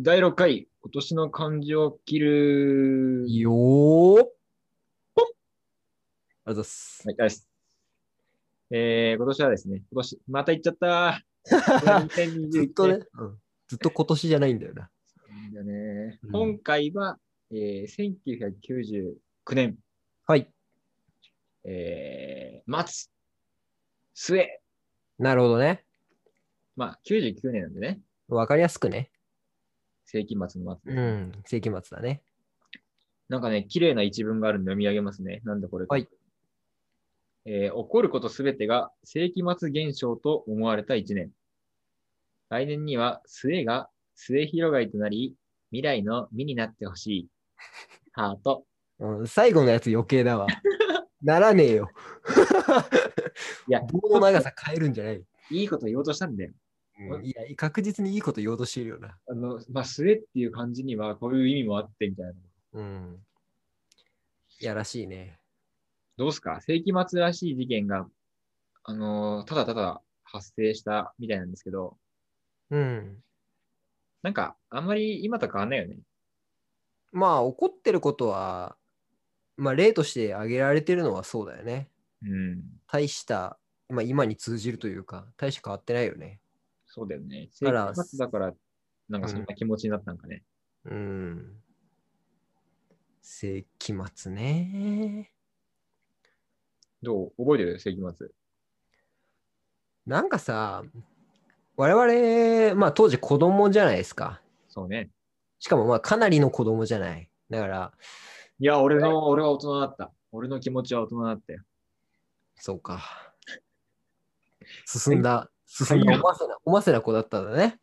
第6回、今年の漢字を切る。よーポンありがとうございます。はい、です。えー、今年はですね、今年、また行っちゃったー2021ずっとね、うん、ずっと今年じゃないんだよな。年だねうん今回は、えー、1999年、はい。えー、末、末、なるほどね。まあ、99年なんでね、わかりやすくね。世紀末の末。うん。世紀末だね。なんかね、綺麗な一文があるんで読み上げますね。なんだこれ。はい。えー起こることすべてが世紀末現象と思われた一年。来年には末が末広がりとなり、未来の未になってほし い。ハート。うん、最後のやつ余計 だわ。ならねえよ。いや棒の長さ変えるんじゃない、いいこと言おうとしたんだよ。いや、確実にいいこと言おうとしてるよな。あの、まあ、末っていう感じにはこういう意味もあってみたいな。うん。いやらしいね。どうすか世紀末らしい事件が、あのーただただ発生したみたいなんですけど、うん。なんか、あんまり今と変わんないよね。まあ、怒ってることは、まあ、例として挙げられてるのはそうだよね。うん。大した、まあ、今に通じるというか、大して変わってないよね。そうだよね。だ生から活だから、なんかそんな気持ちになったんかね。うん。世紀末ね。どう覚えてる世紀末。なんかさ、我々、まあ当時子供じゃないですか。そうね。しかもまあかなりの子供じゃない。だから、いや、俺の、俺は大人だった。俺の気持ちは大人だったよ。そうか。進んだ、進んだおませな、おませな子だったんだね。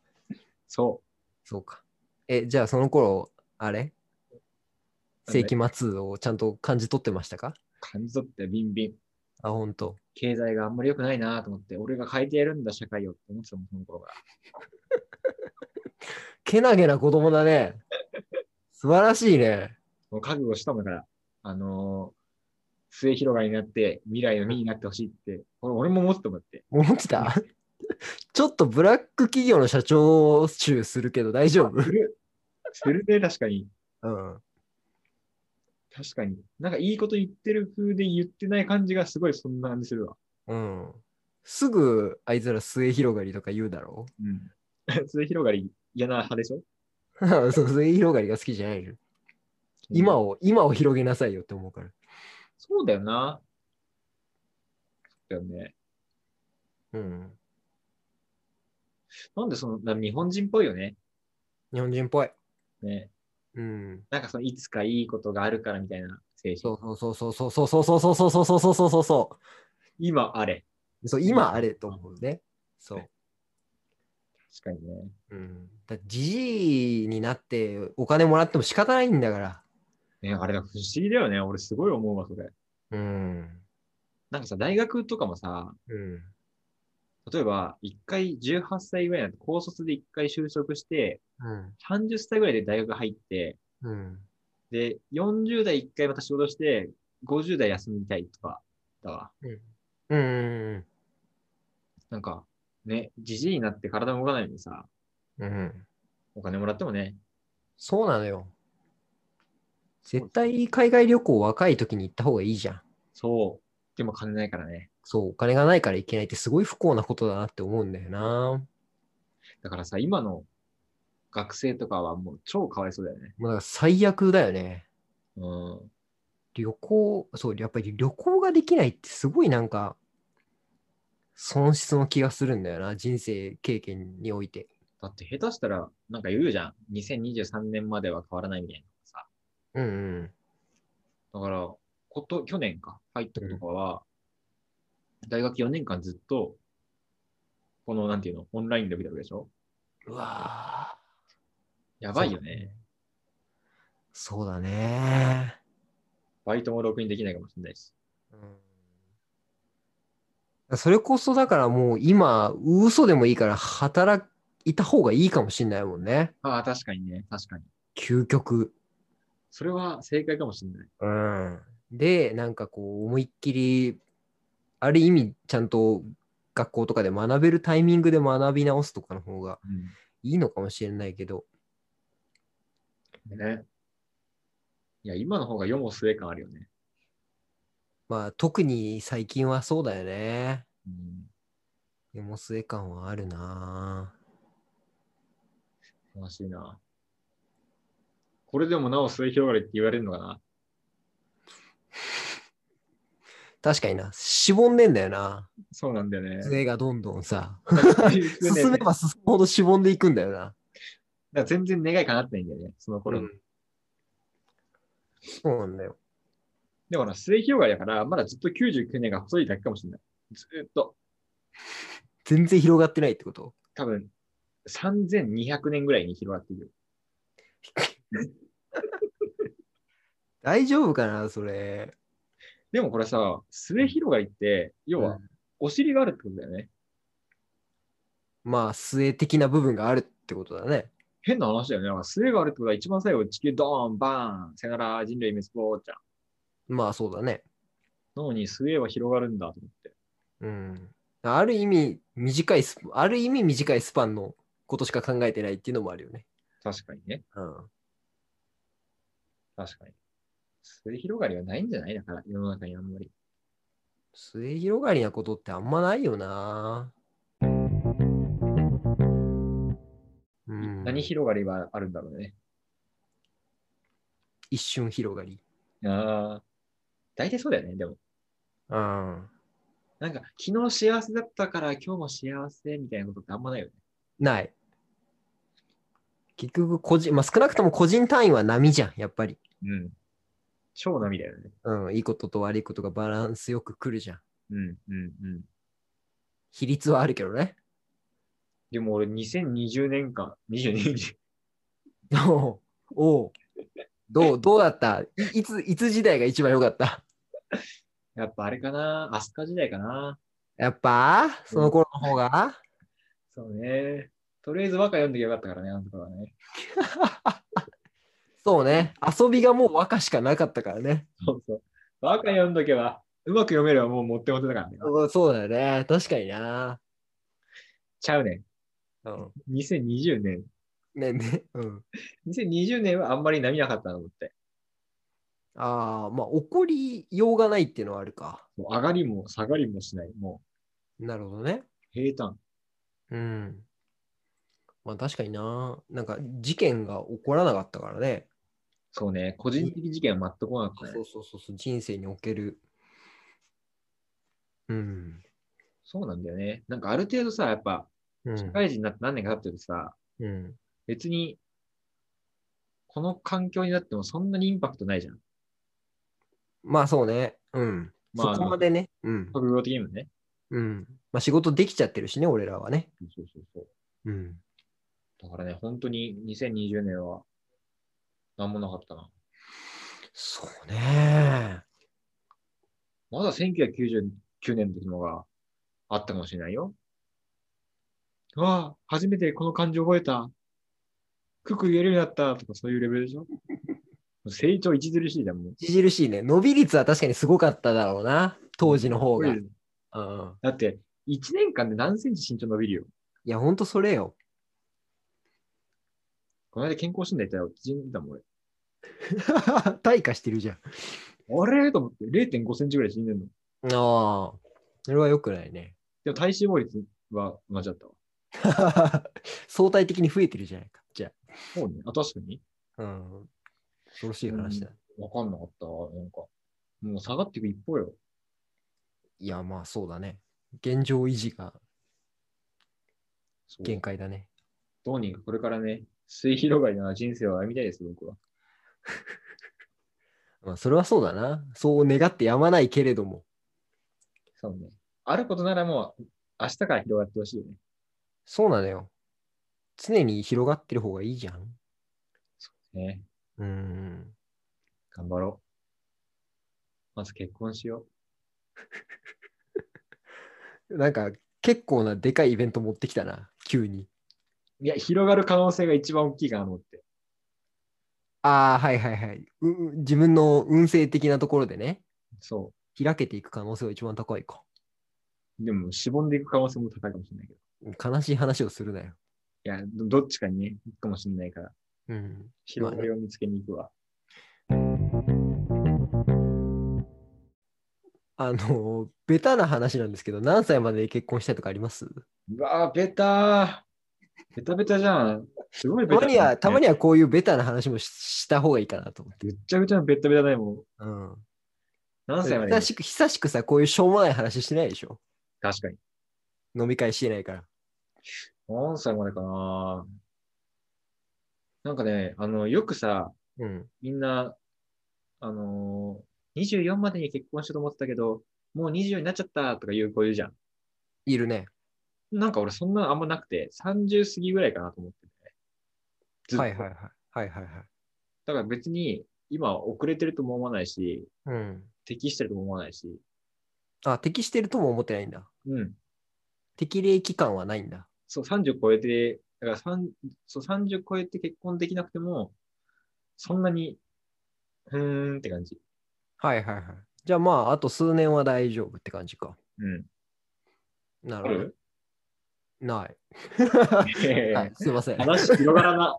そそうか。え、じゃあその頃、あれなんで世紀末をちゃんと感じ取ってましたかう。感じ取ってビンビン。あ、本当。経済があんまり良くないなと思って、俺が変えてやるんだ、社会をって思ってたもん、その頃から。けなげな子供だね。素晴らしいね。もう覚悟したもんだから、あのー末広がりになって、未来の身になってほしいって、俺俺も思ってたもんだって。思ってたちょっとブラック企業の社長集するけど大丈夫する。するね、確かに。うん。確かに。なんかいいこと言ってる風で言ってない感じがすごいそんな感じするわ。うん。すぐ、あいつら末広がりとか言うだろ うん。 末広がり嫌な派でしょそう、末広がりが好きじゃないの。今を、今を広げなさいよって思うから。そうだよな。そうだよね。うん。なんでその、な日本人っぽいよね。日本人っぽい。ね。うん。なんかその、いつかいいことがあるからみたいな精神。そうそうそうそうそうそうそうそうそうそうそうそうそうそ今あれ。う。そう、今あれと思うね。そう。確かにね。うん。だじじいになってお金もらっても仕方ないんだから。ね、あれだ、不思議だよね。俺すごい思うわ、それ。うん。なんかさ、大学とかもさ、うん。例えば、一回18歳ぐらいになって、高卒で一回就職して、うん。 30歳ぐらいで大学入って、うん。で、40代一回また仕事して、50代休みたいとか、だわ。うん。うん。なんか、ね、じじいになって体も動かないのにさ、うん。お金もらってもね、そうなのよ。絶対海外旅行若い時に行った方がいいじゃん。そう、でも金ないからね。そう、お金がないから行けないってすごい不幸なことだなって思うんだよな。だからさ、今の学生とかはもう超かわいそうだよね。もうだから最悪だよね。うん。旅行、そう、やっぱり旅行ができないってすごいなんか、損失の気がするんだよな。人生経験において。だって下手したら、なんか言うじゃん。2023年までは変わらないみたいなさ。うんうん。だから、こと、去年か、入ったことかは、大学4年間ずっと、この、なんていうの、オンラインで見たわけでしょうわぁ。やばいよね。そうだね。バイトもろくにできないかもしれないし。うんそれこそだからもう今、嘘でもいいから働いた方がいいかもしんないもんね。ああ、確かにね、確かに。究極。それは正解かもしれない。うん。で、なんかこう、思いっきり、ある意味、ちゃんと学校とかで学べるタイミングで学び直すとかの方がうんいいのかもしれないけど、ね。いや、今の方が世も末感あるよね。まあ、特に最近はそうだよね。うん世も末感はあるなぁ悲しいな。これでもなお末広がりって言われるのかな。確かにな、しぼんでんだよな。そうなんだよね。杖がどんどんさ、 190 進年めねば進むほどしぼんでいくんだよな。だから全然願いかなってないんだよね、その頃。うんそうなんだよ。でもな、末広がりだから、まだずっと99年が細いだけかもしれない。ずーっと、全然広がってないってこと多分、3200年ぐらいに広がっている。大丈夫かな、それ。でもこれさ、末広がりって、要はう、んお尻があるってことだよね。まあ、末的な部分があるってことだね。変な話だよね。だから末があるってことは、一番最後、地球ドーン、バーン、さよなら、人類滅亡じゃん。まあ、そうだね。なのに、末は広がるんだと思って。うん。ある意味、短いスパ、ある意味短いスパンのことしか考えてないっていうのもあるよね。確かにね。うん。確かに。末広がりはないんじゃないだから、世の中にあんまり。末広がりなことってあんまないよな。うん、何広がりはあるんだろうね。一瞬広がり。ああ。大体そうだよね、でも。うん。なんか、昨日幸せだったから今日も幸せみたいなことってあんまないよね。ない。結局個人、まあ、少なくとも個人単位は波じゃん、やっぱり。うん。超波だよね。うん、いいことと悪いことがバランスよく来るじゃん。うん、うん、うん。比率はあるけどね。 でも俺2020年間、22年、おうおうどう、どうだったいいつ、いつ時代が一番良かった やっぱあれかな、アスカ時代かな。やっぱ、その頃の方が、そうね。とりあえず和歌読んでけばよかったからね、あのところはね。そうね。遊びがもう和歌しかなかったからね。そうそう。和歌読んどけば、うまく読めればもう持って持ってだからね。うんそうだよね。確かにな。ちゃうね。うん。 2020年。ねね。うん。 2020年はあんまり波なかったなと思って。ああ、まあ、怒りようがないっていうのはあるか。もう上がりも下がりもしない。もなるほどね。う平坦。うん。まあ、確かにな。なんか、事件が起こらなかったからね。そうね。個人的事件は全くなかったね。そうそうそうそう、人生における。うん。そうなんだよね。なんかある程度さ、やっぱ、うん社会人になって何年か経ってるとさ、うん。別に、この環境になってもそんなにインパクトないじゃん。まあ、そうね。うん。まあそこまでね。うん。職業的にもね。うん。まあ、仕事できちゃってるしね、俺らはね。そうそうそうそう。うん。だからね、本当に2020年は、なんもなかったな。そうね。まだ1999年の時のがあったかもしれないよ。わあ、初めてこの漢字覚えた。クク言えるようになったとかそういうレベルでし ょ成長著しいじゃん、もう。著しいね。伸び率は確かにすごかっただろうな。当時の方が。うん。だって、1年間で何センチ身長伸びるよ。いや、ほんとそれよ。 この間健康診断行ったよ。縮んでたもん、退化してるじゃん。俺。あれと思って、0.5センチぐらい縮んでんの。ああ。それは良くないね。でも体脂肪率は同じだったわ。 相対的に増えてるじゃないか。じゃそうね。あ、確かに。あ。うん。恐ろしい話だ。わかんなかったわ。なんか。もう下がっていく一方よ。いや、まあそうだね。現状維持がそう限界だね。どうにかこれからね、水広がりな人生を歩みたいです、僕は。まあそれはそうだな。そう願ってやまないけれども。そうね。あることならもう、明日から広がってほしいよね。そうなのよ。常に広がってる方がいいじゃん。ねうん。頑張ろう。まず結婚しよなんか結構なでかいイベント持ってきたな、急に。う。いや、広がる可能性が一番大きいかなと思って。ああ、はいはいはい。うう自分の運勢的なところでね、そ開けていく可能性は一番高いか。う。でも、しぼんでいく可能性も高いかもしれないけど。悲しい話をするなよ。いや、どどっちかにね、行くかもしれないから。うん。広がりを見つけに行くわ。あの、ベタな話なんですけど、何歳まで結婚したいとかありますうわあ、ベター。ベタベタじゃん。すごいベたタ、まには、たまには。はこういうベタな話もしした方がいいかなと思って。ぐっちゃぐちゃのベタベタだよ、もう。うん。何歳まで久しく、久しくさ、こういうしょうもない話してないでしょ確かに。飲み会してないから。何歳までかななんかね、あの、よくさ、うん。みんな、あのー、24までに結婚しようと思ってたけど、もう24になっちゃったとか言う子いるじゃん。いるね。なんか俺そんなのあんまなくて、30過ぎぐらいかなと思ってて、ね。ずっとはいはいはい。はいはいはい。だから別に、今遅れてるとも思わないし、うん。適してるとも思わないし、あ、適してるとも思ってないんだ。うん。適齢期間はないんだ。そう、30超えて、だから三そう30超えて結婚できなくても、そんなに、うーんって感じ。はいはいはい。じゃあまあ、あと数年は大丈夫って感じか。うん。なあるほど。るない。いやいや いやはいすいません。話広がらな。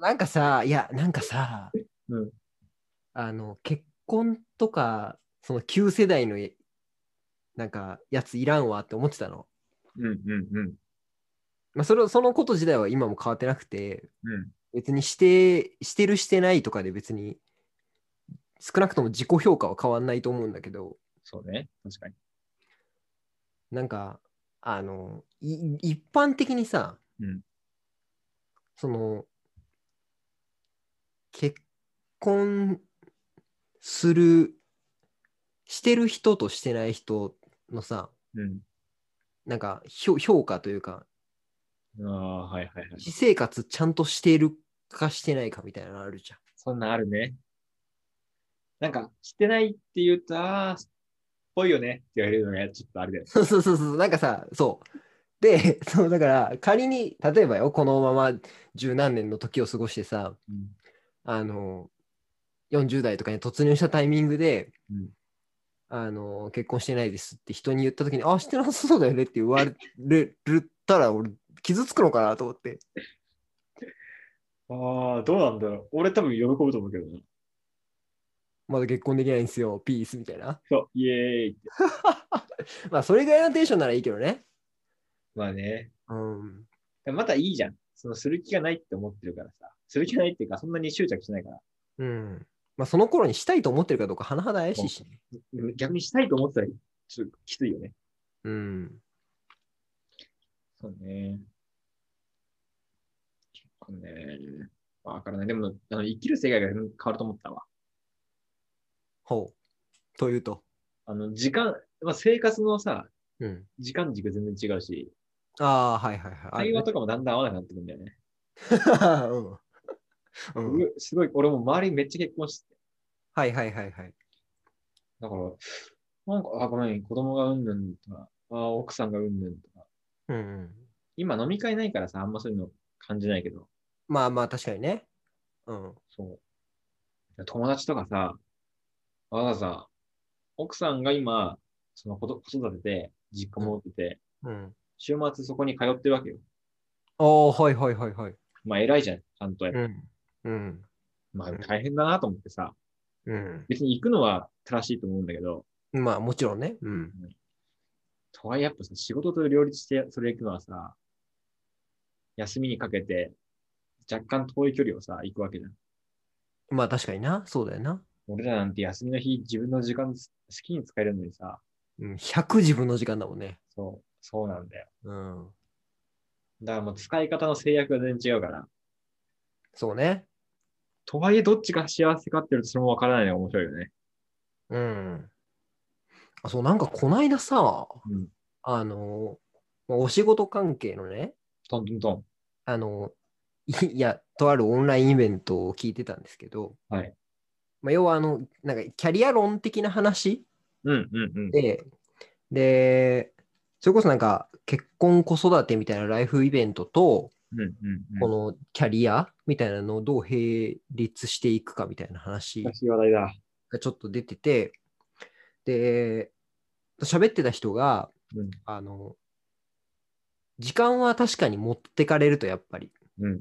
なんかさ、いや、なんかさ、うんあの、結婚とか、その旧世代の、なんか、やついらんわって思ってたの。うんうんうん。まあ、それそのこと自体は今も変わってなくて、うん。別にして、してるしてないとかで別に、少なくとも自己評価は変わんないと思うんだけど、そうね。確かに。なんか、あの、い一般的にさ、うんその、結婚する、してる人としてない人のさ、うん。なんか評評価というか、ああ、はいはいはい。私生活ちゃんとしてるかしてないかみたいなのあるじゃん。 そんなんあるね。なんか、してないって言うと、ああ、っぽいよねって言われるのがちょっとあれだよね。そうそうそうそう、なんかさ、そう。で、そうだから仮に、例えばよ、このまま十何年の時を過ごしてさ、うん。あの、40代とかに突入したタイミングで、うんあの、結婚してないですって人に言った時に、あ、してなさそうだよねって言われるたら、俺、傷つくのかなと思って。ああ、どうなんだろう。俺多分喜ぶと思うけどな。まだ結婚できないんですよ、ピースみたいな。そう、イエーイって。まあ、それぐらいのテンションならいいけどね。まあね。うん。またいいじゃん。そのする気がないって思ってるからさ。する気がないっていうか、そんなに執着しないから。うん。まあ、その頃にしたいと思ってるかどうか、甚だ怪しいしね。うん逆にしたいと思ってたら、ちょっときついよね。うん。そうね。結構ね。わからない。でも、あの生きる世界が変わると思ったわ。ほう。というと。あの、時間、まあ、生活のさ、うん。時間軸全然違うし、ああ、はいはいはい。あ会る話とかもだんだん合わなくなってくるんだよね。ね うん。うん。うすごい、俺も周りめっちゃ結婚して、はいはいはいはい。だから、なんか、あ、ごめん、子供がうんぬんとか、あ奥さんがうんぬんとか、うんうん。今飲み会ないからさ、あんまそういうの感じないけど、まあまあ確かにね。うん。そう。友達とかさ、わざわざ、奥さんが今、その子ど子育てで、実家戻ってて、うん。週末そこに通ってるわけよ。ああ、はいはいはいはい。まあ、偉いじゃん、ちゃんとやっぱ。ん。うん。まあ、大変だなと思ってさ、う別に行くのは正しいと思うんだけど、ん。まあもちろんね。うん。とはいえやっぱさ、仕事と両立してそれ行くのはさ、休みにかけて、若干遠い距離をさ、行くわけじゃん。まあ確かにな。そうだよな。俺らなんて休みの日、自分の時間す好きに使えるのにさ、うん。100自分の時間だもんね。そう、そうなんだよ。うん。だからもう使い方の制約が全然違うから。そうね。とはいえ、どっちが幸せかっていうと、それもわからないのが面白いよね。うん。あ、そう、なんかこないださ、うんあの、まあお仕事関係のね、トントントン。あの、いいや、とあるオンラインイベントを聞いてたんですけど、はい。まあ、要はあの、なんかキャリア論的な話うんうんうん。で、で、それこそなんか結婚子育てみたいなライフイベントと、うんうんこうん。のキャリアみたいなのをどう並立していくかみたいな話難しい話題だ。がちょっと出てて、で、喋ってた人が、うんあの、時間は確かに持ってかれるとやっぱり。うん。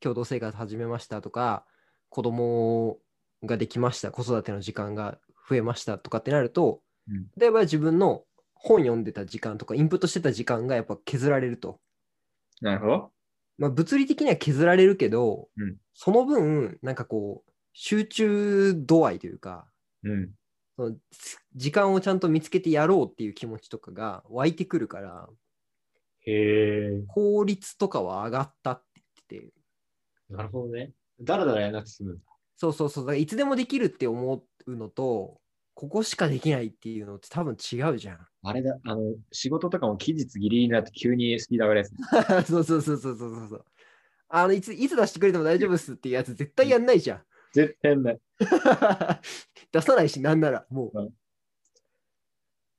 共同生活始めましたとか、子供ができました、子育ての時間が増えましたとかってなると、うん例えば自分の本読んでた時間とか、インプットしてた時間がやっぱ削られると。なるほど。まあ、物理的には削られるけど、うんその分、なんかこう、集中度合いというか、うん。そのつ時間をちゃんと見つけてやろうっていう気持ちとかが湧いてくるから、へえ。効率とかは上がったって言ってて、なるほどね。だらだらやらなくて済むんだ。そうそうそう、だからいつでもできるって思うのと、ここしかできないっていうのって多分違うじゃん。 あれだ、あの、仕事とかも期日ギリギリになって急にスピード上がるやつ。そうそうそうそうそうそうそう。あのいついつ出してくれても大丈夫っすっていうやつ絶対やんないじゃん。 絶対ない。出さないし、なんなら、もう。うん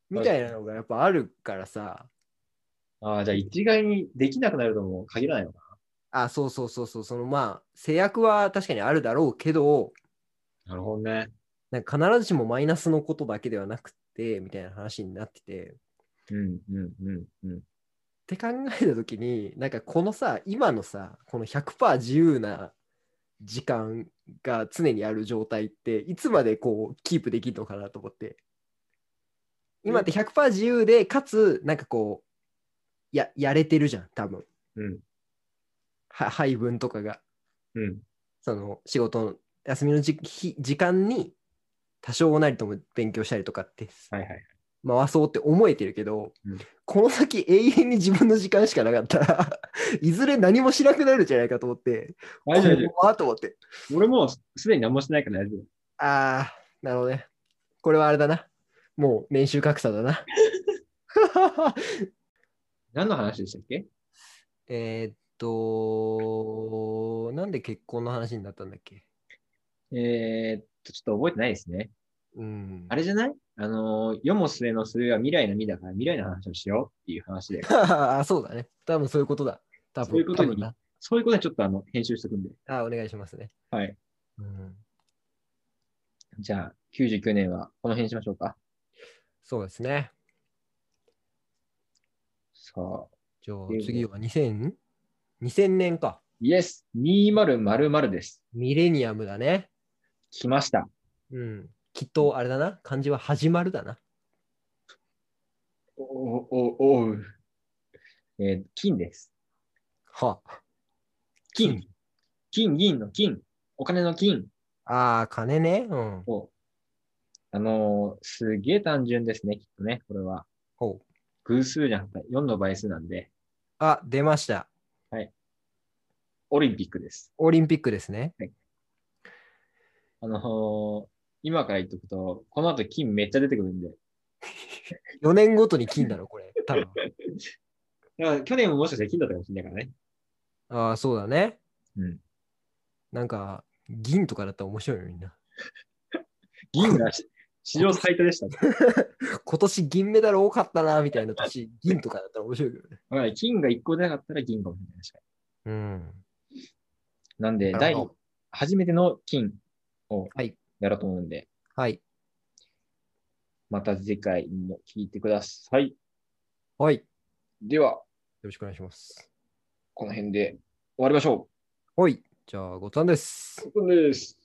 みたいなのがやっぱあるからさ。ああ、じゃあ一概にできなくなるとも限らないのかあ、そうそうそうそう、そのまあ、制約は確かにあるだろうけど、な。なるほどね。なんか必ずしもマイナスのことだけではなくて、みたいな話になってて。うん、うん、うん、うん。って考えた時になんかこのさ今のさこの100%自由な時間が常にある状態っていつまでこうキープできるのかなと思って今って100%自由でかつなんかこうややれてるじゃん多分うん、は配分とかがうん、その仕事の休みのじ日時間に多少なりとも勉強したりとかってはいはい。回そうって思えてるけど、うんこの先永遠に自分の時間しかなかったら いずれ何もしなくなるんじゃないかと思って大丈夫大丈これはと思って夫。俺もうすでに何もしてないから大丈夫。ああなるほどねこれはあれだなもう年収格差だな 何の話でしたっけえーっとなんで結婚の話になったんだっけえー、っと、ちょっと覚えてないですね。うんあれじゃないあのー、世も末の末は未来の未だから未来の話をしようっていう話で。あ そうだね多分そういうことだ多分そういうことに多分なそういうことでちょっとあの、編集しとくんで。あーお願いしますねはい。うんじゃあ、99年はこの辺にしましょうか。そうですねさあ、じゃあえー次は 2000? 2000年かイエス !2000 です。ミレニアムだね。来ました。うん。きっとあれだな。漢字は始まるだな。お、お、おう。えー金です。は金。金、銀の金。お金の金。あ。ああ、金ね。うん。をあのーすげえ単純ですね、きっとね、これは。ほう。偶数じゃなくて、4の倍数なんで、あ、出ました。オリンピックです。オリンピックですね。あのー今から言っとくと、この後金めっちゃ出てくるんで。 4年ごとに金だろ、 これ。多分。だから去年ももしかしたら金だったかもしれないからね。ああ、そうだね。うん。なんか、銀とかだったら面白いよ、みんな。銀が し史上最多でした、ね。今年銀メダル多かったな、みたいな年、銀とかだったら面白いけどね。だから金が1個出なかったら銀かもしれないし。うん。なんで、な第るほど初めての金をはいやろうと思うんで、はい。また次回も聞いてください。はい。よでは、ろしくお願いします。この辺で終わりましょはい。じゃあ、ごたんです。う。そうです。